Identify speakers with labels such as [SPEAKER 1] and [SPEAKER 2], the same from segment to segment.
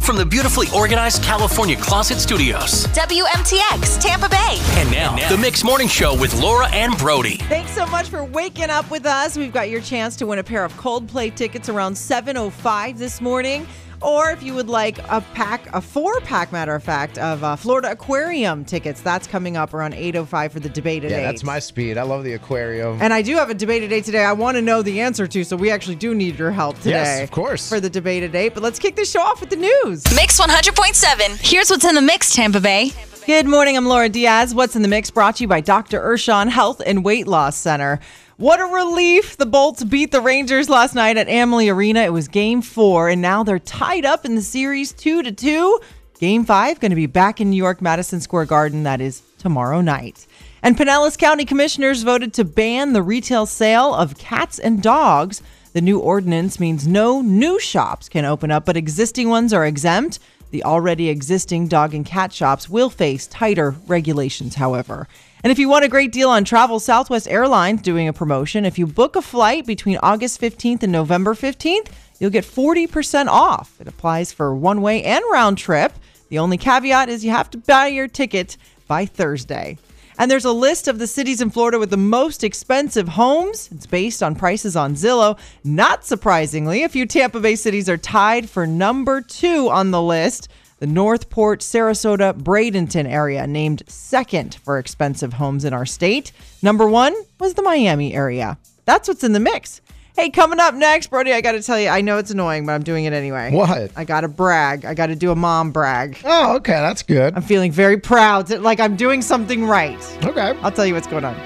[SPEAKER 1] from the beautifully organized California Closet Studios.
[SPEAKER 2] WMTX Tampa Bay.
[SPEAKER 1] And now, the Mix Morning Show with Laura and Brody.
[SPEAKER 3] Thanks so much for waking up with us. We've got your chance to win a pair of Coldplay tickets around 7:05 this morning. Or if you would like a pack, a four pack, matter of fact, of uh, Florida Aquarium tickets, that's coming up around 8.05 for the debate at
[SPEAKER 4] Yeah,
[SPEAKER 3] 8.
[SPEAKER 4] that's my speed. I love the aquarium.
[SPEAKER 3] And I do have a debate today today I want to know the answer to, so we actually do need your help today.
[SPEAKER 4] Yes, of course.
[SPEAKER 3] For the debate today. But let's kick this show off with the news.
[SPEAKER 2] Mix 100.7. Here's what's in the mix, Tampa Bay.
[SPEAKER 3] Good morning. I'm Laura Diaz. What's in the mix brought to you by Dr. Urshan Health and Weight Loss Center. What a relief. The Bolts beat the Rangers last night at Amalie Arena. It was game four, and now they're tied up in the series two to two. Game five going to be back in New York Madison Square Garden. That is tomorrow night. And Pinellas County commissioners voted to ban the retail sale of cats and dogs. The new ordinance means no new shops can open up, but existing ones are exempt. The already existing dog and cat shops will face tighter regulations, however. And if you want a great deal on travel, Southwest Airlines doing a promotion. If you book a flight between August 15th and November 15th, you'll get 40% off. It applies for one way and round trip. The only caveat is you have to buy your ticket by Thursday. And there's a list of the cities in Florida with the most expensive homes. It's based on prices on Zillow. Not surprisingly, a few Tampa Bay cities are tied for number two on the list. The Northport, Sarasota, Bradenton area, named second for expensive homes in our state. Number one was the Miami area. That's what's in the mix. Hey, coming up next, Brody, I got to tell you, I know it's annoying, but I'm doing it anyway.
[SPEAKER 4] What?
[SPEAKER 3] I got to brag. I got to do a mom brag.
[SPEAKER 4] oh, okay, that's good.
[SPEAKER 3] I'm feeling very proud, that, like I'm doing something right.
[SPEAKER 4] Okay.
[SPEAKER 3] I'll tell you what's going on.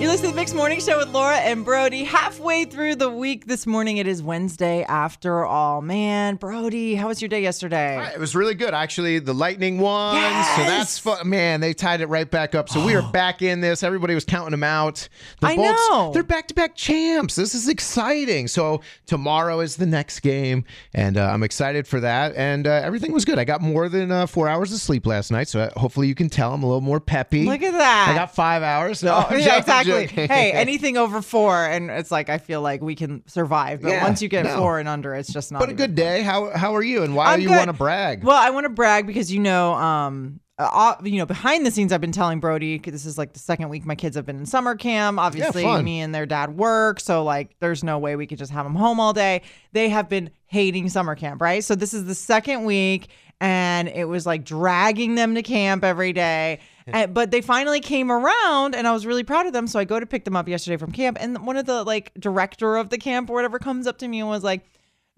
[SPEAKER 3] You're listening to the Mixed Morning Show with Laura and Brody. Halfway through the week this morning, it is Wednesday after all. Man, Brody, how was your day yesterday?
[SPEAKER 4] It was really good, actually. The Lightning won, so that's
[SPEAKER 3] Yes! Oh.
[SPEAKER 4] fun. Man, they tied it right back up. So we are back in this. Everybody was counting them out. The
[SPEAKER 3] I
[SPEAKER 4] Bolts,
[SPEAKER 3] know.
[SPEAKER 4] they're back-to-back champs. This is exciting. So tomorrow is the next game, and uh, I'm excited for that. And uh, everything was good. I got more than uh, four hours of sleep last night, so uh, hopefully you can tell I'm a little more peppy.
[SPEAKER 3] Look at that. Oh,
[SPEAKER 4] I got five hours. No, I'm
[SPEAKER 3] yeah,
[SPEAKER 4] joking, I'm
[SPEAKER 3] exactly.
[SPEAKER 4] joking.
[SPEAKER 3] Hey, anything over four, and it's like I feel like we can survive. But
[SPEAKER 4] Yeah,
[SPEAKER 3] once you get
[SPEAKER 4] no.
[SPEAKER 3] four and under, it's just not.
[SPEAKER 4] But a
[SPEAKER 3] even
[SPEAKER 4] good day. How how are you? And why
[SPEAKER 3] I'm
[SPEAKER 4] do you
[SPEAKER 3] good.
[SPEAKER 4] want to brag?
[SPEAKER 3] Well, I want to brag because you know, um, uh, all- you know, behind the scenes, I've been telling Brody 'cause this is like the second week my kids have been in summer camp. Obviously,
[SPEAKER 4] fun.
[SPEAKER 3] me and their dad work, so like, there's no way we could just have them home all day. They have been hating summer camp, right? So this is the second week, and it was like dragging them to camp every day. And, but they finally came around, and I was really proud of them. So I go to pick them up yesterday from camp, and one of the like director of the camp or whatever comes up to me and was like.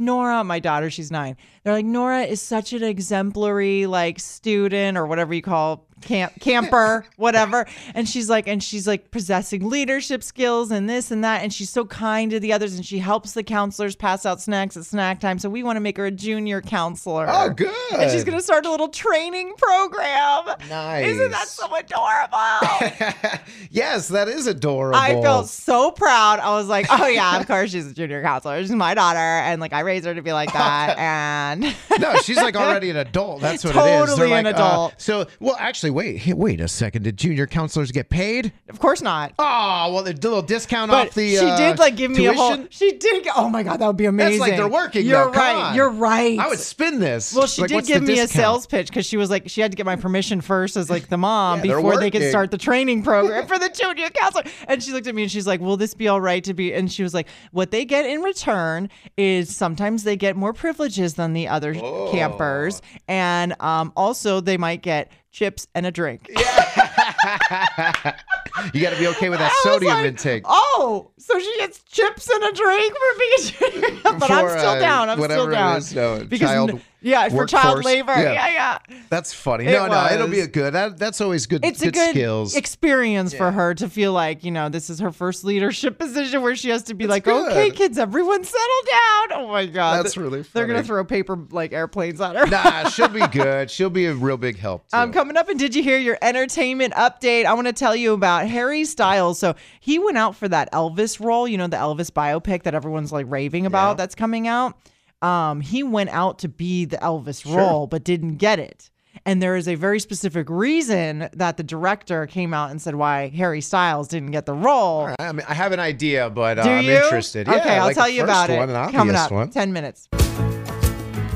[SPEAKER 3] Nora, my daughter, she's nine. They're like, Nora is such an exemplary like student or whatever you call camp camper, whatever. And she's like, and she's like possessing leadership skills and this and that. And she's so kind to the others and she helps the counselors pass out snacks at snack time. So we want to make her a junior counselor.
[SPEAKER 4] Oh, good.
[SPEAKER 3] And she's gonna start a little training program. Isn't that
[SPEAKER 4] Nice.
[SPEAKER 3] so adorable?
[SPEAKER 4] yes, that is adorable.
[SPEAKER 3] I felt so proud. I was like, oh yeah, of course she's a junior counselor. She's my daughter. And like I raised her to be like that. And
[SPEAKER 4] no, she's like already an adult. That's what it is. They're
[SPEAKER 3] Totally an
[SPEAKER 4] like, uh,
[SPEAKER 3] adult.
[SPEAKER 4] so, well, actually, wait, hey, wait a second. Did junior counselors get paid?
[SPEAKER 3] of course not.
[SPEAKER 4] Oh, well, the little discount
[SPEAKER 3] But
[SPEAKER 4] off the.
[SPEAKER 3] she
[SPEAKER 4] uh,
[SPEAKER 3] did like give me a whole
[SPEAKER 4] tuition?
[SPEAKER 3] she did g- oh my god, that would be amazing.
[SPEAKER 4] That's like they're working.
[SPEAKER 3] You're
[SPEAKER 4] though. Come
[SPEAKER 3] right.
[SPEAKER 4] on.
[SPEAKER 3] You're right.
[SPEAKER 4] I would spin this.
[SPEAKER 3] well, she
[SPEAKER 4] Like,
[SPEAKER 3] did
[SPEAKER 4] what's the
[SPEAKER 3] give me a
[SPEAKER 4] discount?
[SPEAKER 3] sales pitch because she was like, she had to get my permission first as like the mom
[SPEAKER 4] Yeah, they're
[SPEAKER 3] before they could
[SPEAKER 4] working.
[SPEAKER 3] start the training program for the junior counselor. And she looked at me and she's like, "Will this be all right to be?" And she was like, "What they get in return is sometimes they get more privileges than the other
[SPEAKER 4] Oh.
[SPEAKER 3] campers, and um, also they might get chips and a drink."
[SPEAKER 4] You got to be okay with that
[SPEAKER 3] I was
[SPEAKER 4] sodium
[SPEAKER 3] like,
[SPEAKER 4] intake.
[SPEAKER 3] Oh, so she gets chips and a drink for being junior. but I'm
[SPEAKER 4] For,
[SPEAKER 3] still
[SPEAKER 4] uh,
[SPEAKER 3] down. I'm still
[SPEAKER 4] whatever it
[SPEAKER 3] down.
[SPEAKER 4] is, no,
[SPEAKER 3] because
[SPEAKER 4] child
[SPEAKER 3] n- yeah, for child
[SPEAKER 4] workforce.
[SPEAKER 3] labor.
[SPEAKER 4] Yeah.
[SPEAKER 3] Yeah, yeah.
[SPEAKER 4] That's funny.
[SPEAKER 3] It
[SPEAKER 4] no, no, it'll
[SPEAKER 3] was.
[SPEAKER 4] be a good. That, that's always good.
[SPEAKER 3] It's
[SPEAKER 4] good
[SPEAKER 3] a good
[SPEAKER 4] skills.
[SPEAKER 3] experience for her to feel like, you know, this is her first leadership position where she has to be like, okay,
[SPEAKER 4] good.
[SPEAKER 3] kids, everyone settle down. Oh my God.
[SPEAKER 4] That's really
[SPEAKER 3] They're going to
[SPEAKER 4] funny.
[SPEAKER 3] throw paper like airplanes at her.
[SPEAKER 4] nah, she'll be good. She'll be a real big help. Too.
[SPEAKER 3] Um, coming up, and did you hear your entertainment update? I want to tell you about Harry Styles. So he went out for that Elvis role, you know, the Elvis biopic that everyone's like raving about that's coming out. Um, he went out to be the Elvis role, but didn't get it. And there is a very specific reason that the director came out and said why Harry Styles didn't get the role.
[SPEAKER 4] I, mean, I have an idea, but uh,
[SPEAKER 3] Do
[SPEAKER 4] I'm
[SPEAKER 3] you?
[SPEAKER 4] interested.
[SPEAKER 3] Okay,
[SPEAKER 4] yeah,
[SPEAKER 3] I'll
[SPEAKER 4] like
[SPEAKER 3] tell
[SPEAKER 4] the
[SPEAKER 3] you
[SPEAKER 4] first
[SPEAKER 3] about
[SPEAKER 4] one,
[SPEAKER 3] it.
[SPEAKER 4] An
[SPEAKER 3] Coming
[SPEAKER 4] obvious
[SPEAKER 3] up,
[SPEAKER 4] One.
[SPEAKER 3] ten minutes.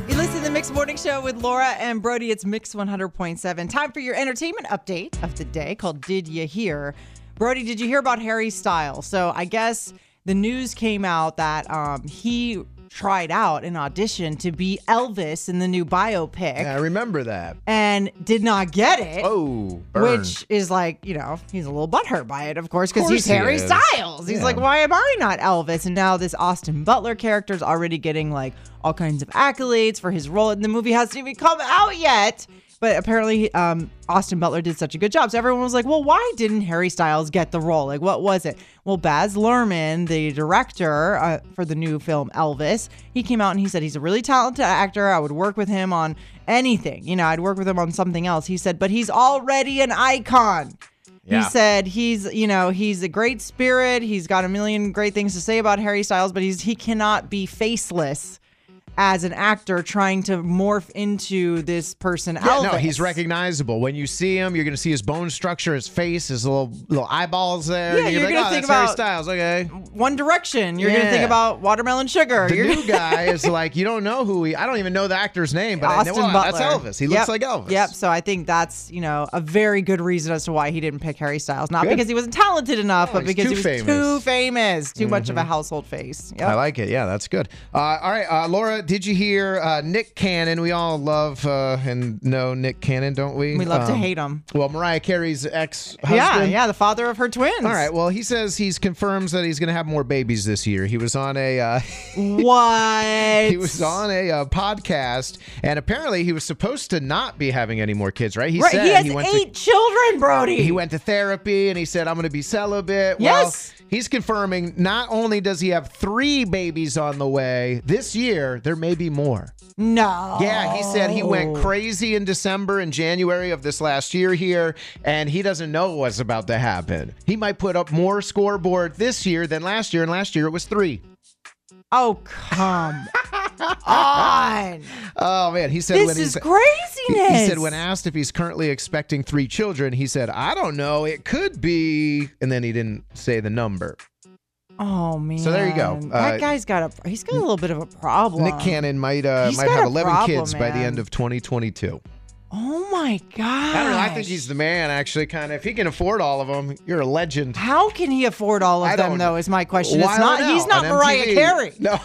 [SPEAKER 3] You Listen to the Mix Morning Show with Laura and Brody. It's Mix 100.7. Time for your entertainment update of today called Did You Hear? Brody, did you hear about Harry Styles? So I guess the news came out that um, he tried out an audition to be Elvis in the new biopic
[SPEAKER 4] I remember that.
[SPEAKER 3] and did not get it.
[SPEAKER 4] Oh, burn.
[SPEAKER 3] Which is like, you know, he's a little butthurt by it, of course, because
[SPEAKER 4] course
[SPEAKER 3] he's
[SPEAKER 4] he
[SPEAKER 3] Harry
[SPEAKER 4] is.
[SPEAKER 3] Styles. He's
[SPEAKER 4] Yeah.
[SPEAKER 3] like, why am I not Elvis? And now this Austin Butler character is already getting like all kinds of accolades for his role, and the movie hasn't even come out yet. But apparently, um, Austin Butler did such a good job. So everyone was like, well, why didn't Harry Styles get the role? Like, what was it? Well, Baz Luhrmann, the director uh, for the new film Elvis, he came out and he said he's a really talented actor. I would work with him on anything. You know, I'd work with him on something else. He said, but he's already an icon. He
[SPEAKER 4] Yeah.
[SPEAKER 3] said he's, you know, he's a great spirit. He's got a million great things to say about Harry Styles, but he's he cannot be faceless as an actor trying to morph into this person.
[SPEAKER 4] Yeah,
[SPEAKER 3] Elvis.
[SPEAKER 4] no, he's recognizable. When you see him, you're gonna see his bone structure, his face, his little little eyeballs there.
[SPEAKER 3] Yeah,
[SPEAKER 4] and you're,
[SPEAKER 3] you're
[SPEAKER 4] gonna be
[SPEAKER 3] gonna
[SPEAKER 4] like, oh,
[SPEAKER 3] think
[SPEAKER 4] that's Harry
[SPEAKER 3] about-
[SPEAKER 4] Styles. Okay,
[SPEAKER 3] One Direction. You're gonna think
[SPEAKER 4] Yeah.
[SPEAKER 3] about watermelon sugar.
[SPEAKER 4] the
[SPEAKER 3] You're
[SPEAKER 4] new guy is like, you don't know who he. I don't even know the actor's name, but I
[SPEAKER 3] Austin
[SPEAKER 4] know oh,
[SPEAKER 3] Butler.
[SPEAKER 4] that's Elvis. He
[SPEAKER 3] Yep.
[SPEAKER 4] looks like Elvis.
[SPEAKER 3] Yep. So I think that's you know a very good reason as to why he didn't pick Harry Styles. Not
[SPEAKER 4] Good.
[SPEAKER 3] because he wasn't talented enough, but
[SPEAKER 4] he's
[SPEAKER 3] because he
[SPEAKER 4] too
[SPEAKER 3] was
[SPEAKER 4] famous. Mm-hmm.
[SPEAKER 3] too famous, too much of a household face. Yep.
[SPEAKER 4] I like it. Yeah, that's good. Uh, all right, uh, Laura, did you hear uh, Nick Cannon? We all love uh, and know Nick Cannon, don't we?
[SPEAKER 3] we love to
[SPEAKER 4] Um,
[SPEAKER 3] hate him.
[SPEAKER 4] Well, Mariah Carey's ex-husband.
[SPEAKER 3] Yeah, yeah, the father of her twins.
[SPEAKER 4] All right. Well, he says he's confirms that he's going to have more babies this year. He was on a uh,
[SPEAKER 3] What?
[SPEAKER 4] he was on a uh, podcast, and apparently he was supposed to not be having any more kids. Right? He
[SPEAKER 3] Right,
[SPEAKER 4] said
[SPEAKER 3] he has
[SPEAKER 4] went
[SPEAKER 3] eight
[SPEAKER 4] to
[SPEAKER 3] children, Brody.
[SPEAKER 4] he went to therapy and he said, I'm going to be celibate.
[SPEAKER 3] Yes.
[SPEAKER 4] Well, he's confirming not only does he have three babies on the way this year, there may be more.
[SPEAKER 3] no.
[SPEAKER 4] Yeah, he said he went
[SPEAKER 3] Oh.
[SPEAKER 4] crazy in December and January of this last year here, and he doesn't know what's about to happen. He might put up more scoreboard this year than last year, and last year it was three.
[SPEAKER 3] Oh come on!
[SPEAKER 4] Oh, man. He said, when
[SPEAKER 3] This
[SPEAKER 4] he
[SPEAKER 3] is
[SPEAKER 4] sa- he,
[SPEAKER 3] craziness.
[SPEAKER 4] he said, when asked if he's currently expecting three children, he said, I don't know. It could be. And then he didn't say the number.
[SPEAKER 3] Oh man.
[SPEAKER 4] So there you go.
[SPEAKER 3] that
[SPEAKER 4] Uh,
[SPEAKER 3] guy's got a he's got a little bit of a problem.
[SPEAKER 4] Nick Cannon might uh,
[SPEAKER 3] He's
[SPEAKER 4] might
[SPEAKER 3] got
[SPEAKER 4] have
[SPEAKER 3] a
[SPEAKER 4] 11
[SPEAKER 3] problem,
[SPEAKER 4] kids by the
[SPEAKER 3] man.
[SPEAKER 4] end of 2022.
[SPEAKER 3] Oh my god.
[SPEAKER 4] I don't know. I think he's the man. Actually, kind of. If he can afford all of them, you're a legend.
[SPEAKER 3] How can he afford all of
[SPEAKER 4] I
[SPEAKER 3] them
[SPEAKER 4] don't-
[SPEAKER 3] though? Is my question.
[SPEAKER 4] Why
[SPEAKER 3] it's not.
[SPEAKER 4] on
[SPEAKER 3] He's
[SPEAKER 4] out
[SPEAKER 3] not
[SPEAKER 4] on
[SPEAKER 3] Mariah
[SPEAKER 4] MTV?
[SPEAKER 3] Carey.
[SPEAKER 4] No.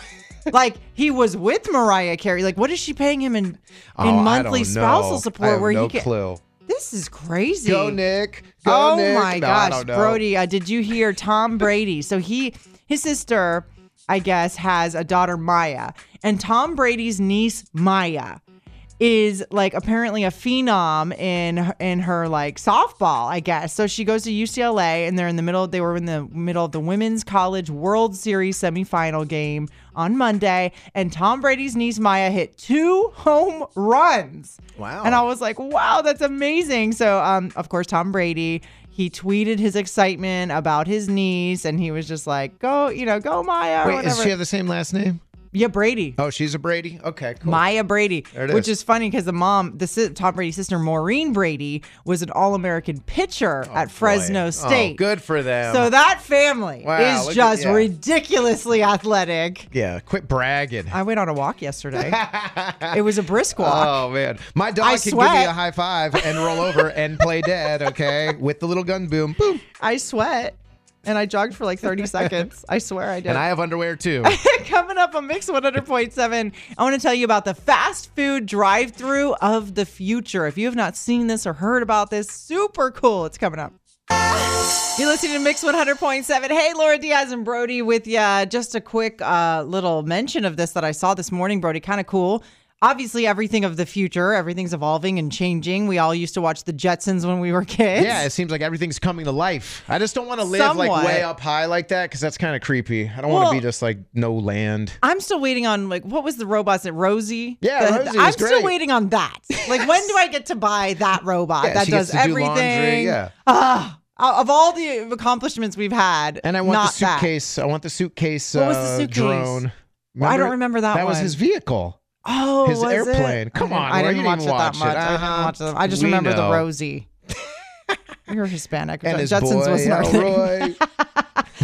[SPEAKER 3] like he was with Mariah Carey. Like what is she paying him in in
[SPEAKER 4] Oh, I
[SPEAKER 3] monthly
[SPEAKER 4] don't know.
[SPEAKER 3] spousal
[SPEAKER 4] I
[SPEAKER 3] support?
[SPEAKER 4] have
[SPEAKER 3] where
[SPEAKER 4] no
[SPEAKER 3] he can.
[SPEAKER 4] clue.
[SPEAKER 3] This is crazy.
[SPEAKER 4] Go Nick. Go
[SPEAKER 3] oh
[SPEAKER 4] Nick.
[SPEAKER 3] my
[SPEAKER 4] No, I
[SPEAKER 3] gosh,
[SPEAKER 4] don't know.
[SPEAKER 3] Brody! Uh, did you hear Tom Brady? So he, his sister, I guess, has a daughter Maya, and Tom Brady's niece Maya is like apparently a phenom in in her like softball, I guess. So she goes to UCLA, and they're in the middle. They were in the middle of the Women's College World Series semifinal game on Monday, and Tom Brady's niece Maya hit two home runs.
[SPEAKER 4] Wow.
[SPEAKER 3] And I was like, wow, that's amazing. So, um, of course, Tom Brady, he tweeted his excitement about his niece and he was just like, go, you know, go Maya or
[SPEAKER 4] Wait,
[SPEAKER 3] whatever.
[SPEAKER 4] does she have the same last name?
[SPEAKER 3] yeah, Brady.
[SPEAKER 4] Oh, she's a Brady. Okay, cool.
[SPEAKER 3] Maya Brady,
[SPEAKER 4] There it
[SPEAKER 3] which
[SPEAKER 4] is.
[SPEAKER 3] is funny because the mom, the si- Tom Brady's sister, Maureen Brady, was an All American pitcher at Fresno
[SPEAKER 4] Oh, Boy.
[SPEAKER 3] State.
[SPEAKER 4] Oh, good for them.
[SPEAKER 3] So that family
[SPEAKER 4] Wow, look
[SPEAKER 3] is
[SPEAKER 4] at-
[SPEAKER 3] just
[SPEAKER 4] yeah.
[SPEAKER 3] ridiculously athletic.
[SPEAKER 4] yeah, quit bragging.
[SPEAKER 3] I went on a walk yesterday. it was a brisk walk.
[SPEAKER 4] Oh man, my dog
[SPEAKER 3] I
[SPEAKER 4] can give
[SPEAKER 3] sweat.
[SPEAKER 4] you a high five and roll over and play dead. Okay, with the little gun boom, boom.
[SPEAKER 3] I sweat and I jogged for like 30 seconds. I swear I did.
[SPEAKER 4] And I have underwear too.
[SPEAKER 3] Coming up on Mix 100.7, I want to tell you about the fast food drive through of the future. If you have not seen this or heard about this, super cool. It's coming up. You're listening to Mix 100.7. Hey, Laura Diaz and Brody with ya. Just a quick uh, little mention of this that I saw this morning, Brody. Kind of cool. Obviously, everything of the future, everything's evolving and changing. We all used to watch the Jetsons when we were kids.
[SPEAKER 4] Yeah, it seems like everything's coming to life. I just don't want to live
[SPEAKER 3] Somewhat.
[SPEAKER 4] like way up high like that because that's kind of creepy. I don't want
[SPEAKER 3] Well-
[SPEAKER 4] to be just like no land.
[SPEAKER 3] I'm still waiting on like what was the robot's name? Rosie.
[SPEAKER 4] Yeah,
[SPEAKER 3] The-
[SPEAKER 4] Rosie was
[SPEAKER 3] I'm still
[SPEAKER 4] great.
[SPEAKER 3] waiting on that. Like when do I get to buy that robot
[SPEAKER 4] Yeah,
[SPEAKER 3] that
[SPEAKER 4] she
[SPEAKER 3] does
[SPEAKER 4] gets to do
[SPEAKER 3] everything?
[SPEAKER 4] laundry, yeah.
[SPEAKER 3] Ah, o- of all the accomplishments we've had,
[SPEAKER 4] And I want
[SPEAKER 3] not
[SPEAKER 4] the suitcase. I want the suitcase.
[SPEAKER 3] What was the
[SPEAKER 4] uh,
[SPEAKER 3] suitcase?
[SPEAKER 4] drone.
[SPEAKER 3] Well, I don't remember that
[SPEAKER 4] That was
[SPEAKER 3] one.
[SPEAKER 4] his vehicle.
[SPEAKER 3] That. Oh,
[SPEAKER 4] His
[SPEAKER 3] was it?
[SPEAKER 4] airplane.
[SPEAKER 3] I didn't-
[SPEAKER 4] Come on,
[SPEAKER 3] I
[SPEAKER 4] Laura,
[SPEAKER 3] didn't
[SPEAKER 4] you
[SPEAKER 3] watch
[SPEAKER 4] didn't
[SPEAKER 3] it that
[SPEAKER 4] watch it.
[SPEAKER 3] much. I didn't
[SPEAKER 4] Uh-huh.
[SPEAKER 3] watch them. I just
[SPEAKER 4] We
[SPEAKER 3] remember the
[SPEAKER 4] know.
[SPEAKER 3] Rosie. You're Hispanic.
[SPEAKER 4] And
[SPEAKER 3] but
[SPEAKER 4] his
[SPEAKER 3] Jetsons
[SPEAKER 4] boy Oh,
[SPEAKER 3] wasn't our thing.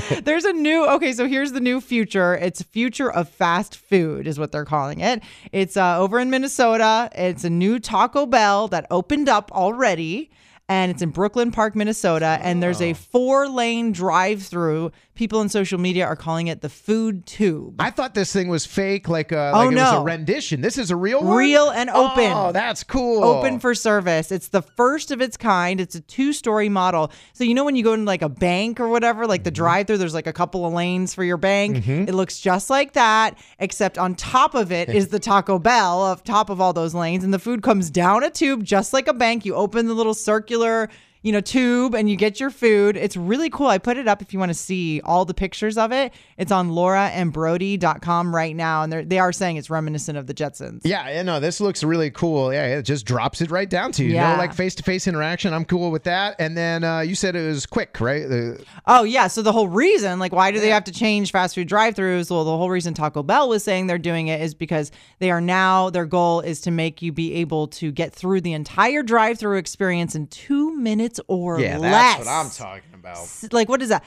[SPEAKER 4] Elroy.
[SPEAKER 3] There's a new okay, so here's the new future. It's future of fast food is what they're calling it. It's uh, over in Minnesota. It's a new Taco Bell that opened up already. And it's in Brooklyn Park, Minnesota, and there's a four-lane drive-through. People on social media are calling it the food tube.
[SPEAKER 4] I thought this thing was fake, like a,
[SPEAKER 3] Oh,
[SPEAKER 4] like it was
[SPEAKER 3] no.
[SPEAKER 4] a rendition. This is a real one?
[SPEAKER 3] Real and open.
[SPEAKER 4] Oh, that's cool.
[SPEAKER 3] open for service. It's the first of its kind. It's a two-story model. So you know when you go into like a bank or whatever, like the drive-through, there's like a couple of lanes for your bank. It looks just like that, except on top of it is the Taco Bell, of top of all those lanes, and the food comes down a tube just like a bank. You open the little circular. You know, tube and you get your food. It's really cool. I put it up if you want to see all the pictures of it. It's on lauraandbrody.com right now. And they're, they are saying it's reminiscent of the Jetsons.
[SPEAKER 4] Yeah, yeah, no, this looks really cool. Yeah, it just drops it right down to you.
[SPEAKER 3] Yeah.
[SPEAKER 4] No like face to face interaction. I'm cool with that. And then uh, you said it was quick, right? Uh, The-
[SPEAKER 3] Oh yeah, so the whole reason, like, why do they have to change fast food drive-throughs? Well, the whole reason Taco Bell was saying they're doing it is because they are now their goal is to make you be able to get through the entire drive-through experience in two minutes or
[SPEAKER 4] yeah,
[SPEAKER 3] less.
[SPEAKER 4] that's what I'm talking about.
[SPEAKER 3] S- Like, what is that?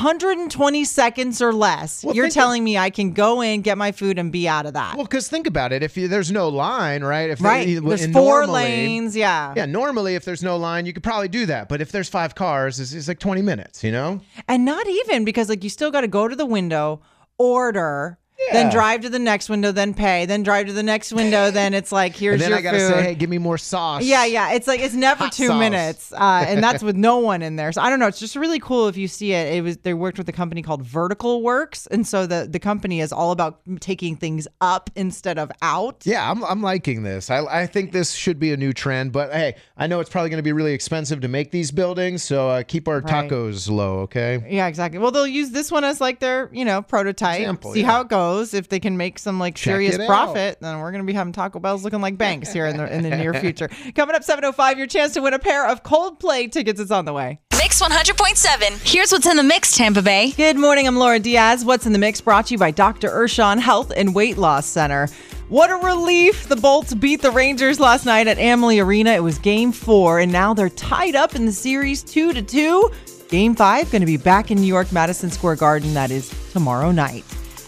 [SPEAKER 3] 120 seconds or less.
[SPEAKER 4] Well,
[SPEAKER 3] You're
[SPEAKER 4] think of-
[SPEAKER 3] telling me I can go in, get my food, and be out of that.
[SPEAKER 4] Well, because think about it. If you, there's no line, right? If
[SPEAKER 3] right?
[SPEAKER 4] you-
[SPEAKER 3] There's
[SPEAKER 4] and
[SPEAKER 3] four
[SPEAKER 4] normally-
[SPEAKER 3] lanes. Yeah.
[SPEAKER 4] Yeah, normally if there's no line, you could probably do that. But if there's five cars, it's, it's like 20 minutes, you know?
[SPEAKER 3] And not even because like you still got to go to the window, order, then
[SPEAKER 4] Yeah.
[SPEAKER 3] drive to the next window, then pay, then drive to the next window. Then it's like here's
[SPEAKER 4] and then
[SPEAKER 3] your
[SPEAKER 4] I gotta
[SPEAKER 3] food.
[SPEAKER 4] say, hey, give me more sauce.
[SPEAKER 3] yeah, yeah. It's like it's never
[SPEAKER 4] Hot
[SPEAKER 3] two
[SPEAKER 4] sauce.
[SPEAKER 3] minutes, uh, and that's with no one in there. So I don't know. It's just really cool if you see it. It was they worked with a company called Vertical Works, and so the the company is all about taking things up instead of out.
[SPEAKER 4] Yeah, I'm, I'm liking this. I, I think this should be a new trend, but hey, I know it's probably going to be really expensive to make these buildings, so uh, keep our
[SPEAKER 3] Right.
[SPEAKER 4] tacos low, okay?
[SPEAKER 3] Yeah, exactly. Well, they'll use this one as like their, you know, prototype.
[SPEAKER 4] Example,
[SPEAKER 3] See
[SPEAKER 4] yeah.
[SPEAKER 3] how it goes. If they can make some like serious
[SPEAKER 4] it out.
[SPEAKER 3] profit, then we're going to be having Taco Bells looking like banks here in the in the near future. Coming up 7:05, your chance to win a pair of Coldplay tickets is on the way.
[SPEAKER 2] Mix 100.7. Here's what's in the mix, Tampa Bay.
[SPEAKER 3] Good morning. I'm Laura Diaz. What's in the mix brought to you by Dr. Urshan Health and Weight Loss Center. What a relief. The Bolts beat the Rangers last night at Amalie Arena. It was game four, and now they're tied up in the series two to two. Game five going to be back in New York Madison Square Garden. That is tomorrow night.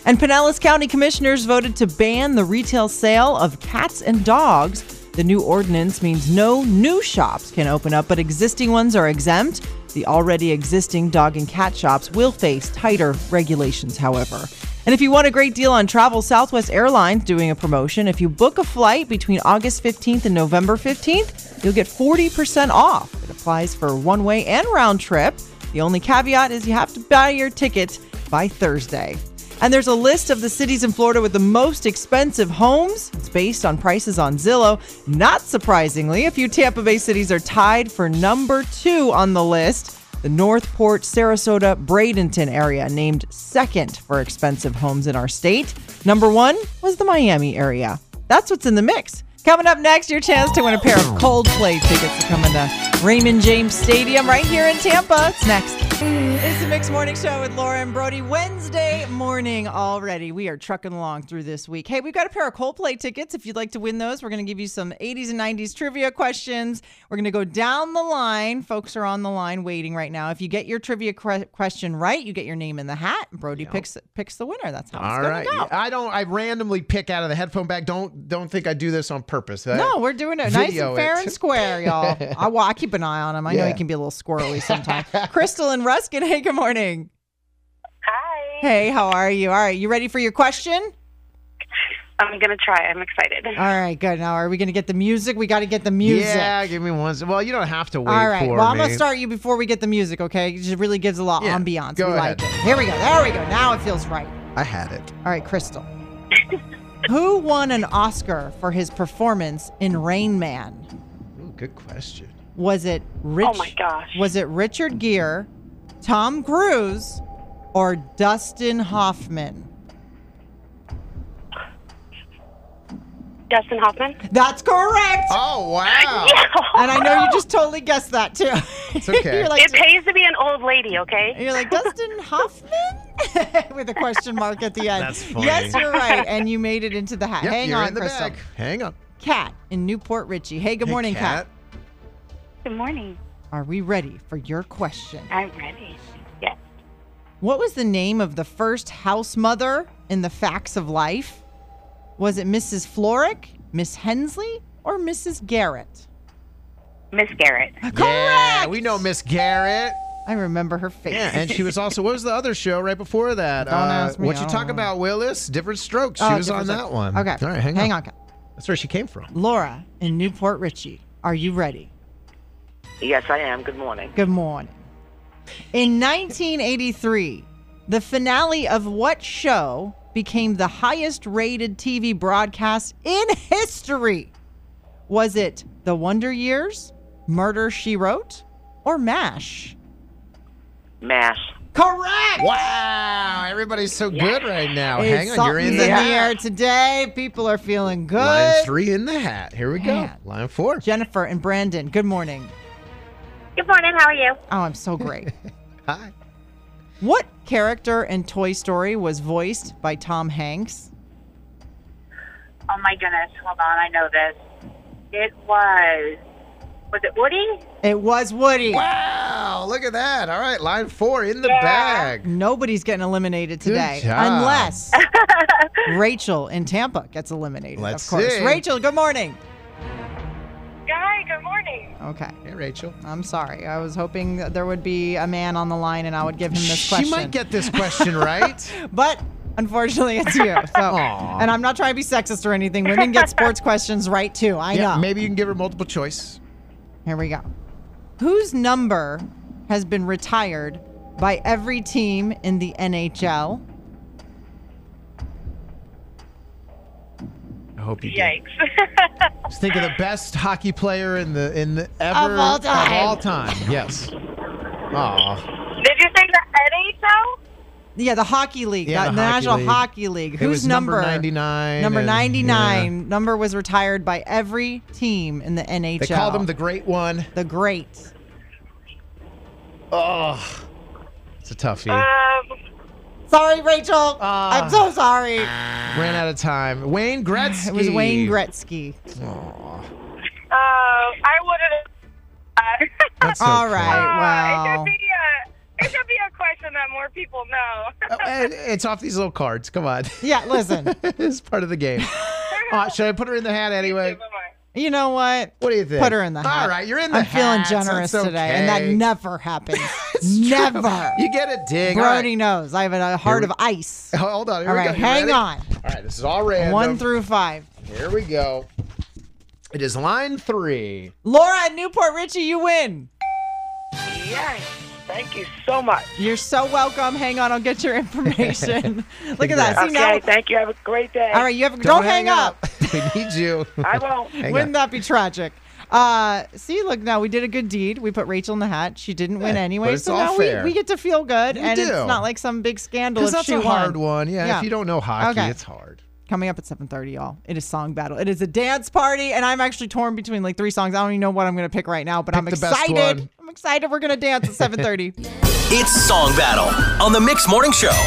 [SPEAKER 3] And Pinellas County commissioners voted to ban the retail sale of cats and dogs. The new ordinance means no new shops can open up, but existing ones are exempt. The already existing dog and cat shops will face tighter regulations, however. And if you want a great deal on travel, Southwest Airlines doing a promotion. If you book a flight between August 15th and November 15th, you'll get 40% off. It applies for one way and round trip. The only caveat is you have to buy your ticket by Thursday. And there's a list of the cities in Florida with the most expensive homes. It's based on prices on Zillow. Not surprisingly, a few Tampa Bay cities are tied for number two on the list. The Northport, Sarasota, Bradenton area, named second for expensive homes in our state. Number one was the Miami area. That's what's in the mix. Coming up next, your chance to win a pair of Coldplay tickets to come into Raymond James Stadium right here in Tampa. It's next. It's the Mixed Morning Show with Laura and Brody. Wednesday morning already. We are trucking along through this week. Hey, we've got a pair of Coldplay tickets. If you'd like to win those, we're going to give you some 80s and 90s trivia questions. We're going to go down the line. Folks are on the line waiting right now. If you get your trivia cre- question right, you get your name in the hat. Brody picks picks the winner. That's how
[SPEAKER 4] All
[SPEAKER 3] it's
[SPEAKER 4] right.
[SPEAKER 3] going to go.
[SPEAKER 4] I don't. I randomly pick out of the headphone bag. Don't don't think I do this on purpose. I-
[SPEAKER 3] No, we're doing it nice
[SPEAKER 4] Video
[SPEAKER 3] and fair
[SPEAKER 4] it.
[SPEAKER 3] and square, y'all. I, well, I keep an eye on him. I know he
[SPEAKER 4] Yeah.
[SPEAKER 3] can be a little squirrely sometimes. Crystal and Ruskin, hey, good morning.
[SPEAKER 5] Hi.
[SPEAKER 3] Hey, how are you? All right, you ready for your question?
[SPEAKER 5] I'm going to try. I'm excited.
[SPEAKER 3] All right, good. Now, are we going to get the music? We got to get the music.
[SPEAKER 4] Yeah, give me one. se- Well, you don't have to wait
[SPEAKER 3] All right.
[SPEAKER 4] for
[SPEAKER 3] Well, I'm
[SPEAKER 4] me.
[SPEAKER 3] gonna start you before we get the music, okay? It just really gives a lot
[SPEAKER 4] Yeah,
[SPEAKER 3] ambiance.
[SPEAKER 4] go
[SPEAKER 3] we like
[SPEAKER 4] ahead.
[SPEAKER 3] it. Here we go. There we go. Now it feels right.
[SPEAKER 4] I had it.
[SPEAKER 3] All right, Crystal. Who won an Oscar for his performance in Rain Man?
[SPEAKER 4] Ooh, good question.
[SPEAKER 3] Was it Rich?
[SPEAKER 5] Oh my gosh.
[SPEAKER 3] Was it Richard Gere, Tom Cruise, or Dustin Hoffman?
[SPEAKER 5] Dustin Hoffman.
[SPEAKER 3] That's correct.
[SPEAKER 4] Oh wow.
[SPEAKER 3] And I know you just totally guessed that too. It's
[SPEAKER 4] okay.
[SPEAKER 3] you're like,
[SPEAKER 5] It pays to be an old lady, okay?
[SPEAKER 3] you're like Dustin Hoffman with a question mark at the end.
[SPEAKER 4] That's funny.
[SPEAKER 3] Yes, you're right, and you made it into the hat.
[SPEAKER 4] Yep,
[SPEAKER 3] Hang
[SPEAKER 4] you're
[SPEAKER 3] on,
[SPEAKER 4] in the
[SPEAKER 3] Crystal.
[SPEAKER 4] bag. Hang on.
[SPEAKER 3] Cat in Newport Richie. Hey, good
[SPEAKER 4] Hey,
[SPEAKER 3] morning, Cat.
[SPEAKER 5] Good morning.
[SPEAKER 3] Are we ready for your question?
[SPEAKER 5] I'm ready. Yes.
[SPEAKER 3] What was the name of the first house mother in the facts of life? Was it Mrs. Florick, Miss Hensley, or Mrs. Garrett?
[SPEAKER 5] Miss Garrett.
[SPEAKER 3] Uh,
[SPEAKER 4] Yeah, we know Miss Garrett.
[SPEAKER 3] I remember her face.
[SPEAKER 4] Yeah, and she was also. What was the other show right before that? Uh,
[SPEAKER 3] Don't ask me,
[SPEAKER 4] What
[SPEAKER 3] I
[SPEAKER 4] you
[SPEAKER 3] don't
[SPEAKER 4] talk
[SPEAKER 3] know.
[SPEAKER 4] about, Willis? Different strokes.
[SPEAKER 3] Oh,
[SPEAKER 4] she was on
[SPEAKER 3] different
[SPEAKER 4] that
[SPEAKER 3] sex.
[SPEAKER 4] one.
[SPEAKER 3] Okay.
[SPEAKER 4] All right, hang,
[SPEAKER 3] hang
[SPEAKER 4] on.
[SPEAKER 3] on.
[SPEAKER 4] That's where she came from.
[SPEAKER 3] Laura in Newport Richie, are you ready?
[SPEAKER 6] Yes, I am. Good morning.
[SPEAKER 3] Good morning. In 1983, the finale of what show became the highest rated TV broadcast in history? Was it The Wonder Years, Murder She Wrote, or MASH?
[SPEAKER 6] Mash.
[SPEAKER 3] Correct!
[SPEAKER 4] Wow, everybody's so good right now.
[SPEAKER 3] It's
[SPEAKER 4] hang on, you're in
[SPEAKER 3] something's
[SPEAKER 4] the
[SPEAKER 3] in the
[SPEAKER 4] hat.
[SPEAKER 3] air today. People are feeling good.
[SPEAKER 4] Line three in the hat. Here we go.
[SPEAKER 3] Man.
[SPEAKER 4] Line four.
[SPEAKER 3] Jennifer and Brandon, good morning.
[SPEAKER 5] Good morning. How are you?
[SPEAKER 3] Oh, I'm so great.
[SPEAKER 4] Hi.
[SPEAKER 3] what character in Toy Story was voiced by Tom Hanks?
[SPEAKER 5] Oh my goodness. Hold on. I know this. It was. Was it Woody?
[SPEAKER 3] It was Woody.
[SPEAKER 4] Wow, look at that. All right, line four in the
[SPEAKER 5] Yeah.
[SPEAKER 4] bag.
[SPEAKER 3] Nobody's getting eliminated
[SPEAKER 4] Good
[SPEAKER 3] today.
[SPEAKER 4] job.
[SPEAKER 3] Unless Rachel in Tampa gets eliminated,
[SPEAKER 4] Let's
[SPEAKER 3] of course.
[SPEAKER 4] see.
[SPEAKER 3] Rachel, good morning.
[SPEAKER 5] Hi. Good morning.
[SPEAKER 3] Okay.
[SPEAKER 4] Hey, Rachel.
[SPEAKER 3] I'm sorry. I was hoping that there would be a man on the line and I would give him this question.
[SPEAKER 4] She might get this question right.
[SPEAKER 3] but unfortunately it's you. So
[SPEAKER 4] Aw.
[SPEAKER 3] and I'm not trying to be sexist or anything. Women get sports questions right too. I
[SPEAKER 4] yeah,
[SPEAKER 3] know.
[SPEAKER 4] maybe you can give her multiple choice.
[SPEAKER 3] Here we go. Whose number has been retired by every team in the NHL?
[SPEAKER 4] I hope you do.
[SPEAKER 5] Yikes.
[SPEAKER 4] Just think of the best hockey player in the in the ever
[SPEAKER 3] Of all time.
[SPEAKER 4] of all time. Yes. Aw.
[SPEAKER 5] Did you say the NHL?
[SPEAKER 3] Yeah, the hockey league,
[SPEAKER 4] Yeah,
[SPEAKER 3] the,
[SPEAKER 4] the hockey
[SPEAKER 3] National
[SPEAKER 4] league.
[SPEAKER 3] Hockey League.
[SPEAKER 4] It
[SPEAKER 3] Whose
[SPEAKER 4] was number 99
[SPEAKER 3] Number
[SPEAKER 4] and-
[SPEAKER 3] 99. Number was retired by every team in the NHL.
[SPEAKER 4] They called him the Great One.
[SPEAKER 3] the Great.
[SPEAKER 4] Oh, it's a toughie.
[SPEAKER 5] Um,
[SPEAKER 3] Sorry, Rachel.
[SPEAKER 4] Ah.
[SPEAKER 3] I'm so sorry.
[SPEAKER 4] Ran out of time. Wayne Gretzky.
[SPEAKER 3] It was Wayne Gretzky.
[SPEAKER 4] Aw,
[SPEAKER 5] uh, I wouldn't. Uh,
[SPEAKER 4] that's okay.
[SPEAKER 3] All right.
[SPEAKER 5] Uh,
[SPEAKER 3] Wow.
[SPEAKER 5] it should be a it should be a question that more people know.
[SPEAKER 4] Oh, and It's off these little cards. Come on.
[SPEAKER 3] Yeah, listen.
[SPEAKER 4] it's part of the game. Aw, should I put her in the hat anyway?
[SPEAKER 3] you know what?
[SPEAKER 4] What do you think?
[SPEAKER 3] Put her in the hat.
[SPEAKER 4] All right, you're in the
[SPEAKER 3] I'm feeling
[SPEAKER 4] hat, so
[SPEAKER 3] generous
[SPEAKER 4] it's
[SPEAKER 3] today, and that
[SPEAKER 4] okay.
[SPEAKER 3] never happens.
[SPEAKER 4] It's true.
[SPEAKER 3] never.
[SPEAKER 4] You get a dig. All
[SPEAKER 3] Brody
[SPEAKER 4] right.
[SPEAKER 3] knows. I have a heart of ice.
[SPEAKER 4] Hold on. Here
[SPEAKER 3] All
[SPEAKER 4] we
[SPEAKER 3] right,
[SPEAKER 4] go. You
[SPEAKER 3] hang
[SPEAKER 4] ready?
[SPEAKER 3] on.
[SPEAKER 4] All right, this is all random.
[SPEAKER 3] One through five.
[SPEAKER 4] Here we go. It is line three.
[SPEAKER 3] Laura at Newport Richie, you win.
[SPEAKER 6] Yes. Thank you so much.
[SPEAKER 3] You're so welcome. Hang on, I'll get your information. Look at that. See
[SPEAKER 6] Okay.
[SPEAKER 3] now.
[SPEAKER 6] Thank you. Have a great day.
[SPEAKER 3] All right, you have don't, don't hang, up.
[SPEAKER 4] we need you.
[SPEAKER 6] I won't.
[SPEAKER 4] Hang
[SPEAKER 3] Wouldn't
[SPEAKER 4] on.
[SPEAKER 3] that be tragic? Uh, see, look now we did a good deed. We put Rachel in the hat. She didn't win
[SPEAKER 4] Yeah,
[SPEAKER 3] anyway,
[SPEAKER 4] but it's
[SPEAKER 3] so
[SPEAKER 4] all
[SPEAKER 3] now
[SPEAKER 4] fair.
[SPEAKER 3] we, we get to feel good,
[SPEAKER 4] We
[SPEAKER 3] and it's
[SPEAKER 4] do.
[SPEAKER 3] not like some big scandal.
[SPEAKER 4] 'Cause
[SPEAKER 3] If
[SPEAKER 4] that's
[SPEAKER 3] she
[SPEAKER 4] a hard
[SPEAKER 3] won.
[SPEAKER 4] one. Yeah,
[SPEAKER 3] Yeah.
[SPEAKER 4] if you don't know hockey,
[SPEAKER 3] Okay.
[SPEAKER 4] it's hard.
[SPEAKER 3] Coming up at 7:30, y'all. It is song battle. It is a dance party, and I'm actually torn between like three songs. I don't even know what I'm gonna pick right now, but I'm
[SPEAKER 4] the best
[SPEAKER 3] excited.
[SPEAKER 4] one.
[SPEAKER 3] I'm excited. We're gonna dance at 7:30.
[SPEAKER 1] It's Song Battle on the Mix Morning Show.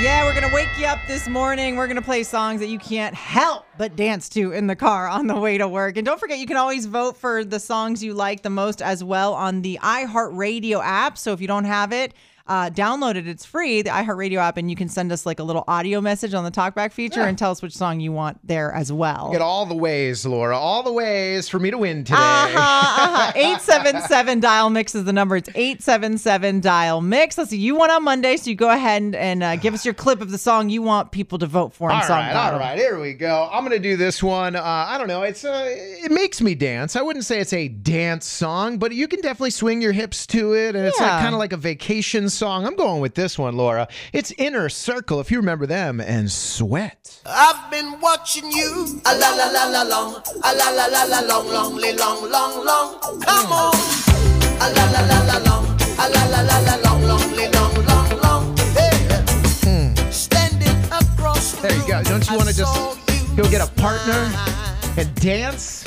[SPEAKER 3] Yeah, we're gonna wake you up this morning. We're gonna play songs that you can't help but dance to in the car on the way to work. And don't forget, you can always vote for the songs you like the most as well on the iHeartRadio app. So if you don't have it, uh, download it. It's free, the iHeartRadio app, and you can send us like a little audio message on the talkback feature and tell us which song you want there as well.
[SPEAKER 4] Get all the ways, Laura. All the ways for me to win today.
[SPEAKER 3] Uh-huh, uh-huh. 877 dial mix is the number. It's 877 dial mix. Let's see. You won on Monday, so you go ahead and, and uh, give us your clip of the song you want people to vote for. in
[SPEAKER 4] All
[SPEAKER 3] song
[SPEAKER 4] right,
[SPEAKER 3] battle.
[SPEAKER 4] all right. Here we go. I'm gonna do this one. Uh, I don't know. It's uh, it makes me dance. I wouldn't say it's a dance song, but you can definitely swing your hips to it, and it's like
[SPEAKER 3] Yeah.
[SPEAKER 4] kind of like a vacation song. I'm going with this one, Laura. It's Inner Circle, if you remember them, and Sweat.
[SPEAKER 7] I've been watching you. A la la la la long. A la la la la long, long, li- long, long, long.
[SPEAKER 4] Hmm.
[SPEAKER 7] Come on. A la la la la long. A la la la la long, long, li- long, long, long. Hey. Standing across the
[SPEAKER 4] Hmm. There you go.
[SPEAKER 7] room,
[SPEAKER 4] Don't you
[SPEAKER 7] I
[SPEAKER 4] want to
[SPEAKER 7] saw
[SPEAKER 4] just
[SPEAKER 7] you
[SPEAKER 4] go get a partner
[SPEAKER 7] smile.
[SPEAKER 4] and dance?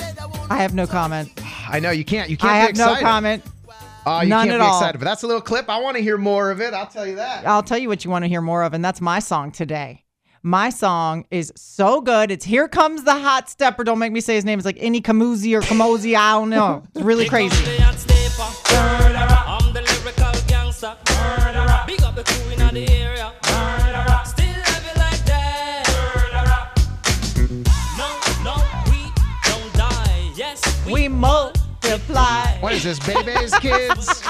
[SPEAKER 3] I have no comment.
[SPEAKER 4] I know you can't. You can't.
[SPEAKER 3] I
[SPEAKER 4] be
[SPEAKER 3] have no
[SPEAKER 4] excited.
[SPEAKER 3] comment.
[SPEAKER 4] Uh, you
[SPEAKER 3] None at
[SPEAKER 4] can't be
[SPEAKER 3] all.
[SPEAKER 4] excited, but that's a little clip. I want to hear more of it. I'll tell you that.
[SPEAKER 3] I'll tell you what you want to hear more of, and that's my song today. My song is so good. It's Here Comes the Hot Stepper. Don't make me say his name. It's like any Kamuzi or Kamozi. I don't know. It's really crazy.
[SPEAKER 8] I'm the lyrical gangster. Big up
[SPEAKER 3] we multiply.
[SPEAKER 4] What is this, babies, kids?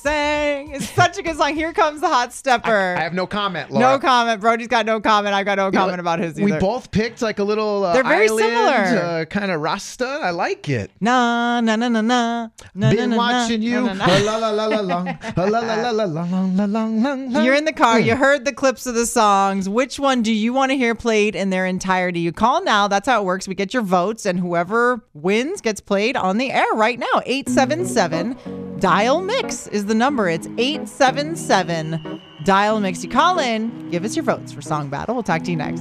[SPEAKER 3] Sang. It's such a good song. Here comes the hot stepper.
[SPEAKER 4] I have no comment, Laura.
[SPEAKER 3] no comment. Brody's got no comment. I've got no
[SPEAKER 4] You know
[SPEAKER 3] comment
[SPEAKER 4] what?
[SPEAKER 3] about his either.
[SPEAKER 4] We both picked like a little. Uh,
[SPEAKER 3] They're very
[SPEAKER 4] island,
[SPEAKER 3] similar.
[SPEAKER 4] Uh, kind of Rasta. I like it.
[SPEAKER 3] Na na na na na. na
[SPEAKER 4] Been
[SPEAKER 3] na, na,
[SPEAKER 4] watching
[SPEAKER 3] na,
[SPEAKER 4] you.
[SPEAKER 3] na, na.
[SPEAKER 4] Ah, La la la la long. Ah, La la la la la long, la long, long, long.
[SPEAKER 3] You're in the car. You heard the clips of the songs. Which one do you want to hear played in their entirety? You call now. That's how it works. We get your votes, and whoever wins gets played on the air right now. 877 Dial Mix is the number. It's 877 Dial Mix. You call in, give us your votes for Song Battle. We'll talk to you next.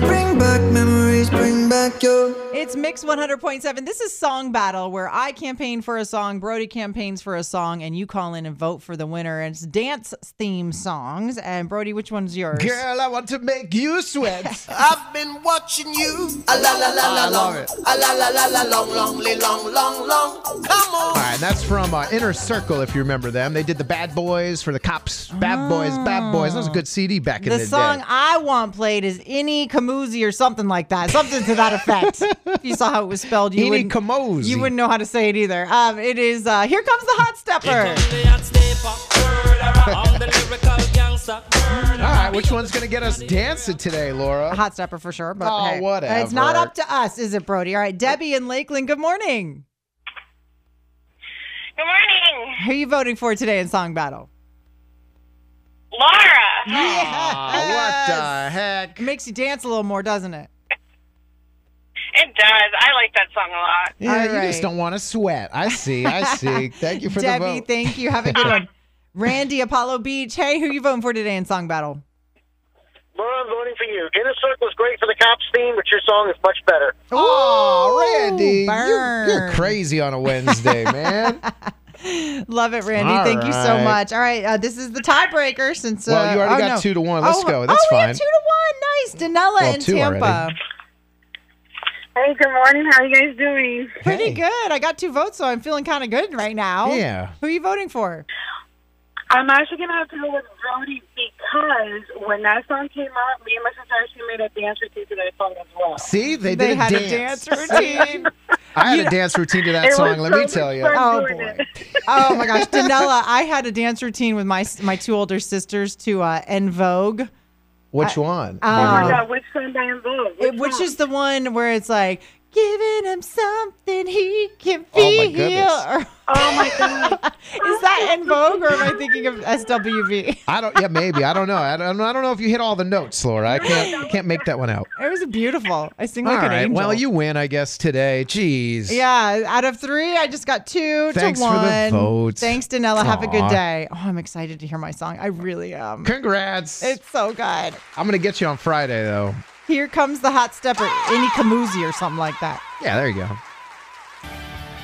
[SPEAKER 7] Bring back memories, bring back your.
[SPEAKER 3] It's Mix 100.7. This is Song Battle, where I campaign for a song, Brody campaigns for a song, and you call in and vote for the winner. And it's dance theme songs. And Brody, which one's yours?
[SPEAKER 4] Girl, I want to make you sweat.
[SPEAKER 7] I've been watching you. A la la
[SPEAKER 4] Ah,
[SPEAKER 7] la la long. A la la la la long, long, li- long, long, long. Come
[SPEAKER 4] All
[SPEAKER 7] on.
[SPEAKER 4] right, that's from uh, Inner Circle, if you remember them. They did the Bad Boys for the cops. Bad Boys, Bad Boys. That was a good CD back in
[SPEAKER 3] The
[SPEAKER 4] the,
[SPEAKER 3] song
[SPEAKER 4] day.
[SPEAKER 3] I want played is Inni Kamuzi or something like that. Something to that effect. if you saw how it was spelled, you,
[SPEAKER 4] Inni
[SPEAKER 3] wouldn't,
[SPEAKER 4] Kamuzi.
[SPEAKER 3] you wouldn't know how to say it either. Um, it is uh, Here Comes the Hot Stepper.
[SPEAKER 4] All right, which one's going to get us dancing today, Laura?
[SPEAKER 3] Hot Stepper for sure. But
[SPEAKER 4] Oh,
[SPEAKER 3] hey,
[SPEAKER 4] whatever.
[SPEAKER 3] It's not up to us, is it, Brody? All right, Debbie in Lakeland, good morning.
[SPEAKER 5] Good morning,
[SPEAKER 3] Who are you voting for today in Song Battle?
[SPEAKER 5] Laura.
[SPEAKER 4] Ah, what the
[SPEAKER 3] Yes.
[SPEAKER 4] heck?
[SPEAKER 3] Makes you dance a little more, doesn't it?
[SPEAKER 5] It does. I like that song a lot.
[SPEAKER 4] Yeah,
[SPEAKER 3] All
[SPEAKER 4] Ah, you
[SPEAKER 3] right.
[SPEAKER 4] just don't want to sweat. I see, I see. Thank you for
[SPEAKER 3] Debbie,
[SPEAKER 4] the vote.
[SPEAKER 3] thank you. Have a good one. Randy, Apollo Beach. Hey, who you voting for today in Song Battle?
[SPEAKER 8] Laura, I'm voting for you. Inner Circle is great for the cops theme, but your song is much better.
[SPEAKER 4] Oh, Randy, you-
[SPEAKER 3] burn.
[SPEAKER 4] you're crazy on a Wednesday, man.
[SPEAKER 3] Love it, Randy.
[SPEAKER 4] All
[SPEAKER 3] Thank you so
[SPEAKER 4] right.
[SPEAKER 3] much. All right, uh, this is the tiebreaker since. Uh,
[SPEAKER 4] Well, you already
[SPEAKER 3] oh,
[SPEAKER 4] got
[SPEAKER 3] no.
[SPEAKER 4] two to one. Let's
[SPEAKER 3] oh,
[SPEAKER 4] go. That's
[SPEAKER 3] oh, we
[SPEAKER 4] fine.
[SPEAKER 3] have two to one. Nice, Danella
[SPEAKER 4] Well,
[SPEAKER 3] in
[SPEAKER 4] two already.
[SPEAKER 3] Tampa.
[SPEAKER 5] Hey, good morning. How are you guys doing?
[SPEAKER 3] Pretty
[SPEAKER 4] Hey.
[SPEAKER 3] good. I got two votes, so I'm feeling kind of good right now.
[SPEAKER 4] Yeah.
[SPEAKER 3] Who are you voting for?
[SPEAKER 5] I'm actually gonna have to go with Brody because when that song came out, me and my sister actually made a dance routine to that song as well.
[SPEAKER 4] See, they,
[SPEAKER 3] they
[SPEAKER 4] did
[SPEAKER 3] had
[SPEAKER 4] a dance.
[SPEAKER 3] a dance routine.
[SPEAKER 4] I had a dance routine to that
[SPEAKER 5] It
[SPEAKER 4] song.
[SPEAKER 5] was
[SPEAKER 4] Let
[SPEAKER 5] so
[SPEAKER 4] me
[SPEAKER 5] much
[SPEAKER 4] tell you.
[SPEAKER 5] fun
[SPEAKER 3] Oh,
[SPEAKER 5] doing
[SPEAKER 3] boy.
[SPEAKER 5] it.
[SPEAKER 3] oh my gosh, Danella! I had a dance routine with my my two older sisters to uh, En Vogue.
[SPEAKER 4] Which one?
[SPEAKER 5] Oh my
[SPEAKER 3] Um,
[SPEAKER 5] god, which Sunday in Vogue?
[SPEAKER 3] It- which is the one where it's like giving him something he can feel.
[SPEAKER 4] Oh, my goodness.
[SPEAKER 3] Or-
[SPEAKER 5] oh my god.
[SPEAKER 3] is that in Vogue or am I thinking of SWV?
[SPEAKER 4] I don't. Yeah, maybe. I don't know. I don't. I don't know if you hit all the notes, Laura. I can't. Can't make that one out.
[SPEAKER 3] It was beautiful. I sing
[SPEAKER 4] All
[SPEAKER 3] like
[SPEAKER 4] right.
[SPEAKER 3] an angel.
[SPEAKER 4] Well, you win, I guess today. Jeez.
[SPEAKER 3] Yeah, out of three, I just got two
[SPEAKER 4] Thanks
[SPEAKER 3] to
[SPEAKER 4] for the
[SPEAKER 3] one.
[SPEAKER 4] votes.
[SPEAKER 3] Thanks, Danella. Have a good
[SPEAKER 4] Aw.
[SPEAKER 3] day. Oh, I'm excited to hear my song. I really am.
[SPEAKER 4] Congrats.
[SPEAKER 3] It's so good.
[SPEAKER 4] I'm gonna get you on Friday though.
[SPEAKER 3] Here comes the hot stepper, Any Kamuzi or something like that.
[SPEAKER 4] Yeah. There you go.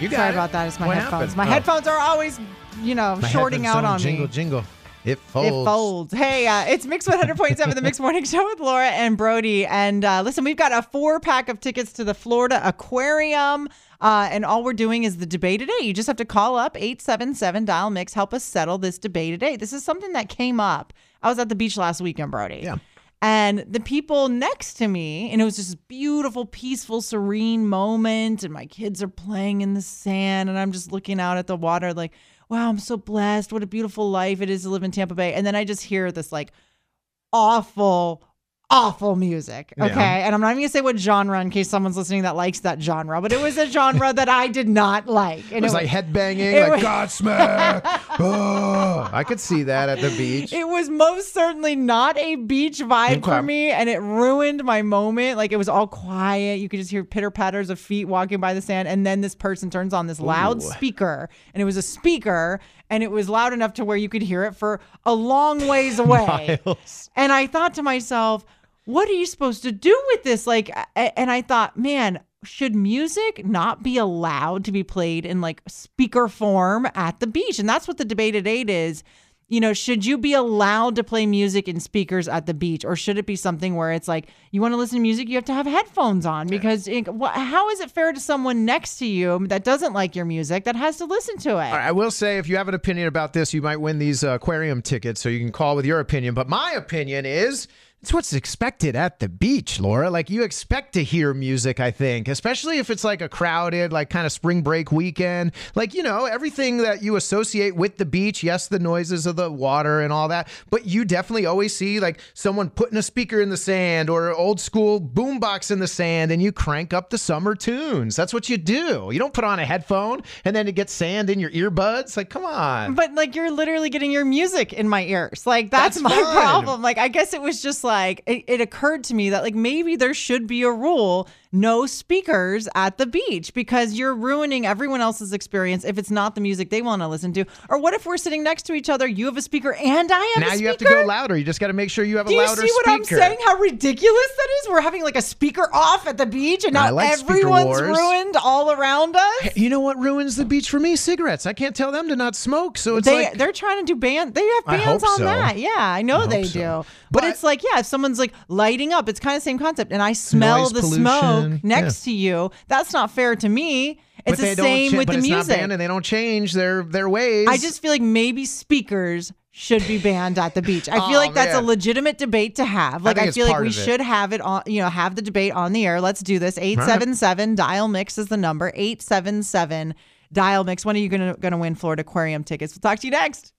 [SPEAKER 4] You got
[SPEAKER 3] Sorry
[SPEAKER 4] it.
[SPEAKER 3] about that. It's my
[SPEAKER 4] What
[SPEAKER 3] headphones.
[SPEAKER 4] happened?
[SPEAKER 3] My
[SPEAKER 4] Oh.
[SPEAKER 3] headphones are always, you know,
[SPEAKER 4] My
[SPEAKER 3] shorting
[SPEAKER 4] headphones
[SPEAKER 3] out
[SPEAKER 4] don't
[SPEAKER 3] on
[SPEAKER 4] jingle,
[SPEAKER 3] me.
[SPEAKER 4] Jingle, It folds.
[SPEAKER 3] It folds. Hey, uh, it's Mix 100.7, the Mix Morning Show with Laura and Brody. And uh, listen, we've got a four pack of tickets to the Florida Aquarium. Uh, and all we're doing is the debate today. You just have to call up 877 Dial Mix. Help us settle this debate today. This is something that came up. I was at the beach last weekend, Brody.
[SPEAKER 4] Yeah.
[SPEAKER 3] And the people next to me, and it was just this beautiful, peaceful, serene moment. And my kids are playing in the sand, and I'm just looking out at the water, like, wow, I'm so blessed. What a beautiful life it is to live in Tampa Bay. And then I just hear this like awful, awful music.
[SPEAKER 4] Yeah.
[SPEAKER 3] Okay. And I'm not even going to say what genre in case someone's listening that likes that genre, but it was a genre that I did not like. And
[SPEAKER 4] It was like headbanging,
[SPEAKER 3] it was-
[SPEAKER 4] like Godsmack. oh, I could see that at the beach.
[SPEAKER 3] It was most certainly not a beach vibe
[SPEAKER 4] Okay.
[SPEAKER 3] for me, and it ruined my moment. Like it was all quiet. You could just hear pitter patters of feet walking by the sand, and then this person turns on this loud speaker, and it was a speaker, and it was loud enough to where you could hear it for a long ways away.
[SPEAKER 4] Miles.
[SPEAKER 3] And I thought to myself, what are you supposed to do with this? Like, a- and I thought, man, should music not be allowed to be played in like speaker form at the beach? And that's what the debate at eight is. You know, should you be allowed to play music in speakers at the beach, or should it be something where it's like you want to listen to music, you have to have headphones on because it, wh- how is it fair to someone next to you that doesn't like your music that has to listen to it?
[SPEAKER 4] All right, I will say, if you have an opinion about this, you might win these uh, aquarium tickets, so you can call with your opinion. But my opinion is it's what's expected at the beach, Laura. Like you expect to hear music, I think, especially if it's like a crowded, like kind of spring break weekend. Like, you know, everything that you associate with the beach, yes, the noises of the water and all that, but you definitely always see like someone putting a speaker in the sand or an old school boombox in the sand and you crank up the summer tunes. That's what you do. You don't put on a headphone and then it gets sand in your earbuds. Like, come on.
[SPEAKER 3] But like you're literally getting your music in my ears. Like that's,
[SPEAKER 4] That's
[SPEAKER 3] my
[SPEAKER 4] fun.
[SPEAKER 3] problem. Like I guess it was just like it, it occurred to me that like maybe there should be a rule no speakers at the beach because you're ruining everyone else's experience if it's not the music they want to listen to. Or what if we're sitting next to each other, you have a speaker and I have a
[SPEAKER 4] Now
[SPEAKER 3] speaker?
[SPEAKER 4] you have to go louder. You just got to make sure you have
[SPEAKER 3] Do
[SPEAKER 4] a
[SPEAKER 3] you
[SPEAKER 4] louder
[SPEAKER 3] see what I'm
[SPEAKER 4] speaker.
[SPEAKER 3] saying? How ridiculous that is? We're having like a speaker off at the beach and
[SPEAKER 4] I
[SPEAKER 3] now
[SPEAKER 4] like speaker
[SPEAKER 3] everyone's
[SPEAKER 4] wars.
[SPEAKER 3] ruined all around us.
[SPEAKER 4] You know what ruins the beach for me? Cigarettes. I can't tell them to not smoke. So it's
[SPEAKER 3] they
[SPEAKER 4] like
[SPEAKER 3] they're trying to do band. They have
[SPEAKER 4] I
[SPEAKER 3] bans
[SPEAKER 4] hope
[SPEAKER 3] on
[SPEAKER 4] so.
[SPEAKER 3] that. Yeah, I know they
[SPEAKER 4] so.
[SPEAKER 3] do. But,
[SPEAKER 4] But-
[SPEAKER 3] it's like yeah, if someone's like lighting up, it's kind of same concept. And I smell
[SPEAKER 4] Noise
[SPEAKER 3] the
[SPEAKER 4] pollution.
[SPEAKER 3] smoke next to you. That's not fair to me.
[SPEAKER 4] but
[SPEAKER 3] It's
[SPEAKER 4] they
[SPEAKER 3] the
[SPEAKER 4] don't
[SPEAKER 3] same
[SPEAKER 4] cha-
[SPEAKER 3] with
[SPEAKER 4] but
[SPEAKER 3] the
[SPEAKER 4] it's Not
[SPEAKER 3] music.
[SPEAKER 4] banned and they don't change their their ways.
[SPEAKER 3] I just feel like maybe speakers should be banned at the beach. I feel
[SPEAKER 4] Oh,
[SPEAKER 3] like that's
[SPEAKER 4] man.
[SPEAKER 3] a legitimate debate to have. Like
[SPEAKER 4] think
[SPEAKER 3] I,
[SPEAKER 4] it's
[SPEAKER 3] feel like
[SPEAKER 4] part
[SPEAKER 3] we
[SPEAKER 4] of it.
[SPEAKER 3] should have it on, you know, have the debate on the air. Let's do this. 877 dial mix is the number 877 dial mix. When are you going to going to win Florida Aquarium tickets? We'll talk to you next.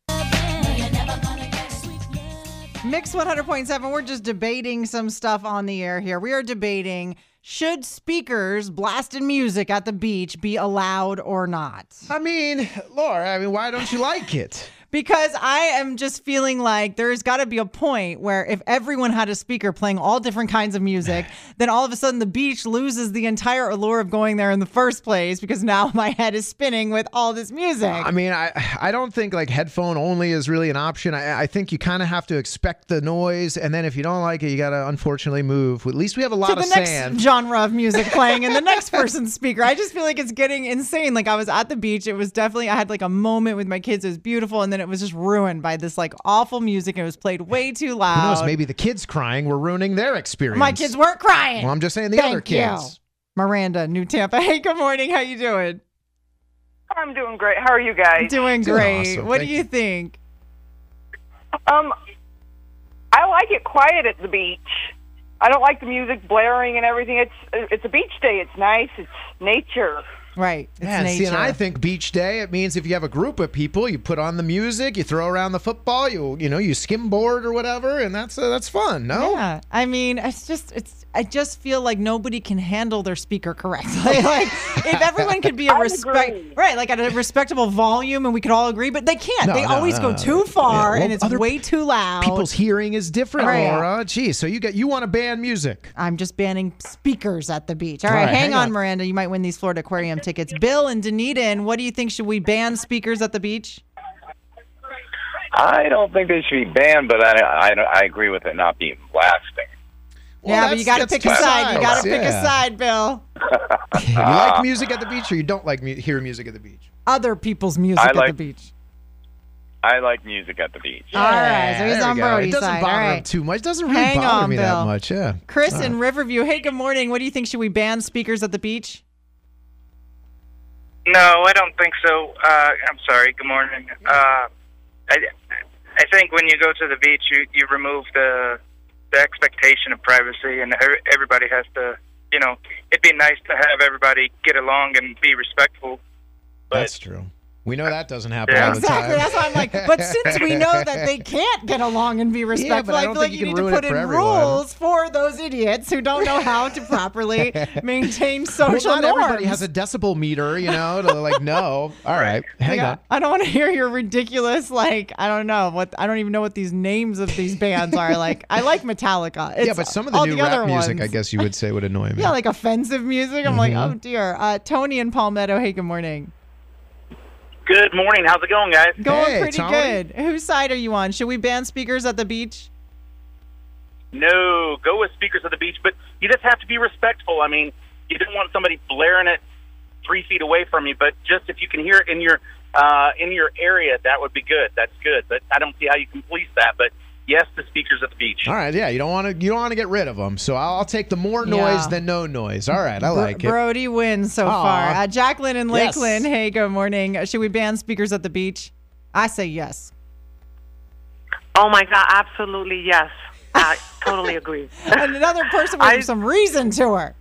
[SPEAKER 3] Mix 100.7. We're just debating some stuff on the air here. We are debating should speakers blasting music at the beach be allowed or not?
[SPEAKER 4] I mean, Laura. I mean, why don't you like it?
[SPEAKER 3] because I am just feeling like there's got to be a point where if everyone had a speaker playing all different kinds of music, then all of a sudden the beach loses the entire allure of going there in the first place because now my head is spinning with all this music.
[SPEAKER 4] I mean, I I don't think like headphone only is really an option. I, I think you kind of have to expect the noise, and then if you don't like it, you gotta unfortunately move. At least we have a lot
[SPEAKER 3] to
[SPEAKER 4] of
[SPEAKER 3] the next
[SPEAKER 4] sand.
[SPEAKER 3] genre of music playing and the next person's speaker. I just feel like it's getting insane. Like I was at the beach. It was definitely I had like a moment with my kids. It was beautiful, and then it was just ruined by this like awful music. It was played way too loud.
[SPEAKER 4] Who knows? Maybe the kids crying were ruining their experience.
[SPEAKER 3] my kids weren't crying.
[SPEAKER 4] Well, I'm just saying the
[SPEAKER 3] Thank
[SPEAKER 4] other
[SPEAKER 3] you.
[SPEAKER 4] kids.
[SPEAKER 3] Miranda, New Tampa. Hey, good morning. How you doing?
[SPEAKER 6] I'm doing great. How are you guys?
[SPEAKER 3] Doing
[SPEAKER 4] Doing
[SPEAKER 3] great.
[SPEAKER 4] awesome.
[SPEAKER 3] What
[SPEAKER 4] Thank
[SPEAKER 3] do you think?
[SPEAKER 6] Um, I like it quiet at the beach. I don't like the music blaring and everything. It's it's a beach day. It's nice. It's nature.
[SPEAKER 3] Right. It's
[SPEAKER 4] Yeah, and
[SPEAKER 3] nature.
[SPEAKER 4] see, and I think beach day it means if you have a group of people, you put on the music, you throw around the football, you you know, you skimboard or whatever, and that's uh, that's fun. No,
[SPEAKER 3] yeah. I mean, it's just it's I just feel like nobody can handle their speaker correctly. Like if everyone could be a
[SPEAKER 6] I
[SPEAKER 3] respect
[SPEAKER 6] agree.
[SPEAKER 3] right, like at a respectable volume and we could all agree, but they can't.
[SPEAKER 4] No,
[SPEAKER 3] they
[SPEAKER 4] no,
[SPEAKER 3] always
[SPEAKER 4] no,
[SPEAKER 3] go
[SPEAKER 4] no.
[SPEAKER 3] too far
[SPEAKER 4] Yeah, well,
[SPEAKER 3] and it's
[SPEAKER 4] other
[SPEAKER 3] way too loud.
[SPEAKER 4] people's hearing is different,
[SPEAKER 3] Right.
[SPEAKER 4] Laura. Geez, so you got you want to ban music?
[SPEAKER 3] I'm just banning speakers at the beach. All
[SPEAKER 4] All
[SPEAKER 3] right,
[SPEAKER 4] right,
[SPEAKER 3] hang,
[SPEAKER 4] hang
[SPEAKER 3] on,
[SPEAKER 4] on.
[SPEAKER 3] Miranda. You might win these Florida Aquarium tickets. Bill and Dunedin, what do you think? Should we ban speakers at the beach?
[SPEAKER 9] I don't think they should be banned, but I, I, I agree with it not being blasting.
[SPEAKER 4] Well,
[SPEAKER 3] yeah, but you
[SPEAKER 4] that's-
[SPEAKER 3] got to
[SPEAKER 4] that's
[SPEAKER 3] pick
[SPEAKER 4] two
[SPEAKER 3] a side. You got
[SPEAKER 4] sides,
[SPEAKER 3] to pick a
[SPEAKER 4] yeah.
[SPEAKER 3] side, Bill.
[SPEAKER 4] You like music at the beach, or you don't like mu- hear music at the beach?
[SPEAKER 3] Other people's music
[SPEAKER 9] I
[SPEAKER 3] at the
[SPEAKER 9] like-
[SPEAKER 3] beach.
[SPEAKER 9] I like music at the beach.
[SPEAKER 3] All right, so
[SPEAKER 4] Yeah,
[SPEAKER 3] he's
[SPEAKER 4] there
[SPEAKER 3] on
[SPEAKER 4] we go. It
[SPEAKER 3] Brody's
[SPEAKER 4] doesn't
[SPEAKER 3] side. All
[SPEAKER 4] bother him
[SPEAKER 3] right.
[SPEAKER 4] too much. It doesn't really
[SPEAKER 3] Hang
[SPEAKER 4] bother
[SPEAKER 3] on,
[SPEAKER 4] me that
[SPEAKER 3] Bill.
[SPEAKER 4] much. Yeah.
[SPEAKER 3] Chris in Riverview. Hey, good morning. What do you think? Should we ban speakers at the beach?
[SPEAKER 10] No, I don't think so. Uh, I'm sorry. Good morning. Uh, I, I think when you go to the beach, you, you remove the the expectation of privacy, and every- everybody has to, you know, it'd be nice to have everybody get along and be respectful.
[SPEAKER 4] That's true. We know that doesn't happen
[SPEAKER 10] Yeah.
[SPEAKER 4] all the time.
[SPEAKER 3] Exactly. That's why I'm like, but since we know that they can't get along and be respectful, I,
[SPEAKER 4] I don't
[SPEAKER 3] feel like
[SPEAKER 4] think
[SPEAKER 3] you,
[SPEAKER 4] you can
[SPEAKER 3] need to
[SPEAKER 4] ruin it
[SPEAKER 3] put in
[SPEAKER 4] for everyone.
[SPEAKER 3] rules for those idiots who don't know how to properly maintain
[SPEAKER 4] Well,
[SPEAKER 3] social
[SPEAKER 4] not
[SPEAKER 3] norms.
[SPEAKER 4] everybody has a decibel meter, you know, to like know. All right, hang
[SPEAKER 3] Yeah.
[SPEAKER 4] on.
[SPEAKER 3] I don't want to hear your ridiculous, like, I don't know what, I don't even know what these names of these bands are. Like, I like Metallica. It's
[SPEAKER 4] yeah, but some of the
[SPEAKER 3] all
[SPEAKER 4] new
[SPEAKER 3] other
[SPEAKER 4] rap music,
[SPEAKER 3] ones.
[SPEAKER 4] I guess Mm-hmm. you would say, would annoy me.
[SPEAKER 3] Yeah, like offensive music. I'm like, oh dear. Uh, Tony and Palmetto. Hey, good morning.
[SPEAKER 10] Good morning. How's it going, guys?
[SPEAKER 3] Going
[SPEAKER 4] Hey,
[SPEAKER 3] pretty
[SPEAKER 4] Tony.
[SPEAKER 3] good. Whose side are you on? Should we ban speakers at the beach?
[SPEAKER 10] No, go with speakers at the beach, but you just have to be respectful. I mean, you don't want somebody blaring it three feet away from you, but just if you can hear it in your uh, in your area, that would be good. That's good, but I don't see how you can police that. But yes, the speakers at the beach.
[SPEAKER 4] All right, yeah, you don't want to you don't want to get rid of them. So I'll, I'll take the more noise
[SPEAKER 3] Yeah.
[SPEAKER 4] than no noise. All right, I
[SPEAKER 3] Bro-
[SPEAKER 4] like it.
[SPEAKER 3] Brody wins so far.
[SPEAKER 4] Aw.
[SPEAKER 3] Uh, Jacqueline and
[SPEAKER 4] Yes.
[SPEAKER 3] Lakeland. Hey, good morning. Uh, Should we ban speakers at the beach? I say yes.
[SPEAKER 11] Oh my God, absolutely yes. I,
[SPEAKER 5] totally agree.
[SPEAKER 3] And another person would
[SPEAKER 5] I-
[SPEAKER 3] have some reason to her.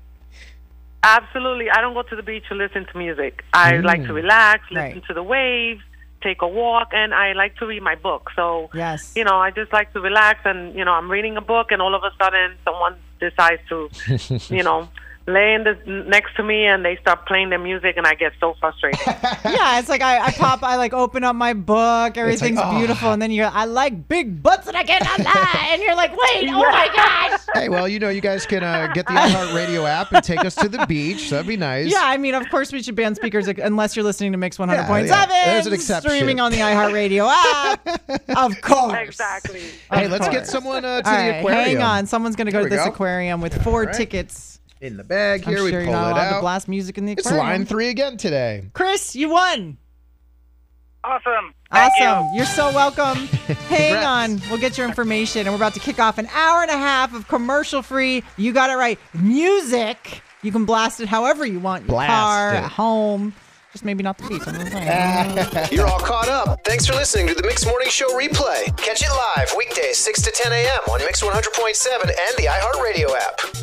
[SPEAKER 5] Absolutely. I don't go to the beach to listen to music. I
[SPEAKER 3] Mm.
[SPEAKER 5] like to relax, listen
[SPEAKER 3] Right.
[SPEAKER 5] to the waves, take a walk, and I like to read my book. So,
[SPEAKER 3] Yes.
[SPEAKER 5] you know, I just like to relax and, you know, I'm reading a book, and all of a sudden someone decides to, you know, lay in the, next to me and they start playing their music, and I get so frustrated.
[SPEAKER 3] yeah, it's like I, I pop, I like open up my book, everything's
[SPEAKER 5] "Oh."
[SPEAKER 3] beautiful, and then you're, I like big butts and I cannot lie, and you're like, wait, oh my gosh.
[SPEAKER 4] Hey, well, you know, you guys can uh, get the iHeartRadio app and take us to the beach. That'd be nice.
[SPEAKER 3] Yeah, I mean, of course we should ban speakers like, unless you're listening to Mix 100.7.
[SPEAKER 4] yeah, there's an exception.
[SPEAKER 3] Streaming on the iHeartRadio app. of course. Exactly.
[SPEAKER 4] Hey, let's get someone uh, to the aquarium.
[SPEAKER 3] Hang on. Someone's going to go
[SPEAKER 4] There
[SPEAKER 3] to
[SPEAKER 4] we
[SPEAKER 3] this
[SPEAKER 4] go.
[SPEAKER 3] aquarium with four
[SPEAKER 4] right.
[SPEAKER 3] tickets.
[SPEAKER 4] In the bag
[SPEAKER 3] I'm
[SPEAKER 4] here. we
[SPEAKER 3] sure
[SPEAKER 4] pull
[SPEAKER 3] you're
[SPEAKER 4] it
[SPEAKER 3] not allowed to
[SPEAKER 4] out.
[SPEAKER 3] blast music in the
[SPEAKER 4] It's
[SPEAKER 3] aquarium.
[SPEAKER 4] line three again today.
[SPEAKER 3] Chris, you won.
[SPEAKER 12] Awesome.
[SPEAKER 3] Awesome. You. are so welcome. Hang
[SPEAKER 4] Congrats.
[SPEAKER 3] on. We'll get your information. And we're about to kick off an hour and a half of commercial free, you got it right, music. You can blast it however you want your
[SPEAKER 13] Blast
[SPEAKER 3] car,
[SPEAKER 13] it.
[SPEAKER 3] at home. Just maybe not the beach. I'm just saying.
[SPEAKER 13] You're all caught up. Thanks for listening to the Mix Morning Show replay. Catch it live weekdays 6 to 10 a.m. on Mix 100.7 and the iHeartRadio app.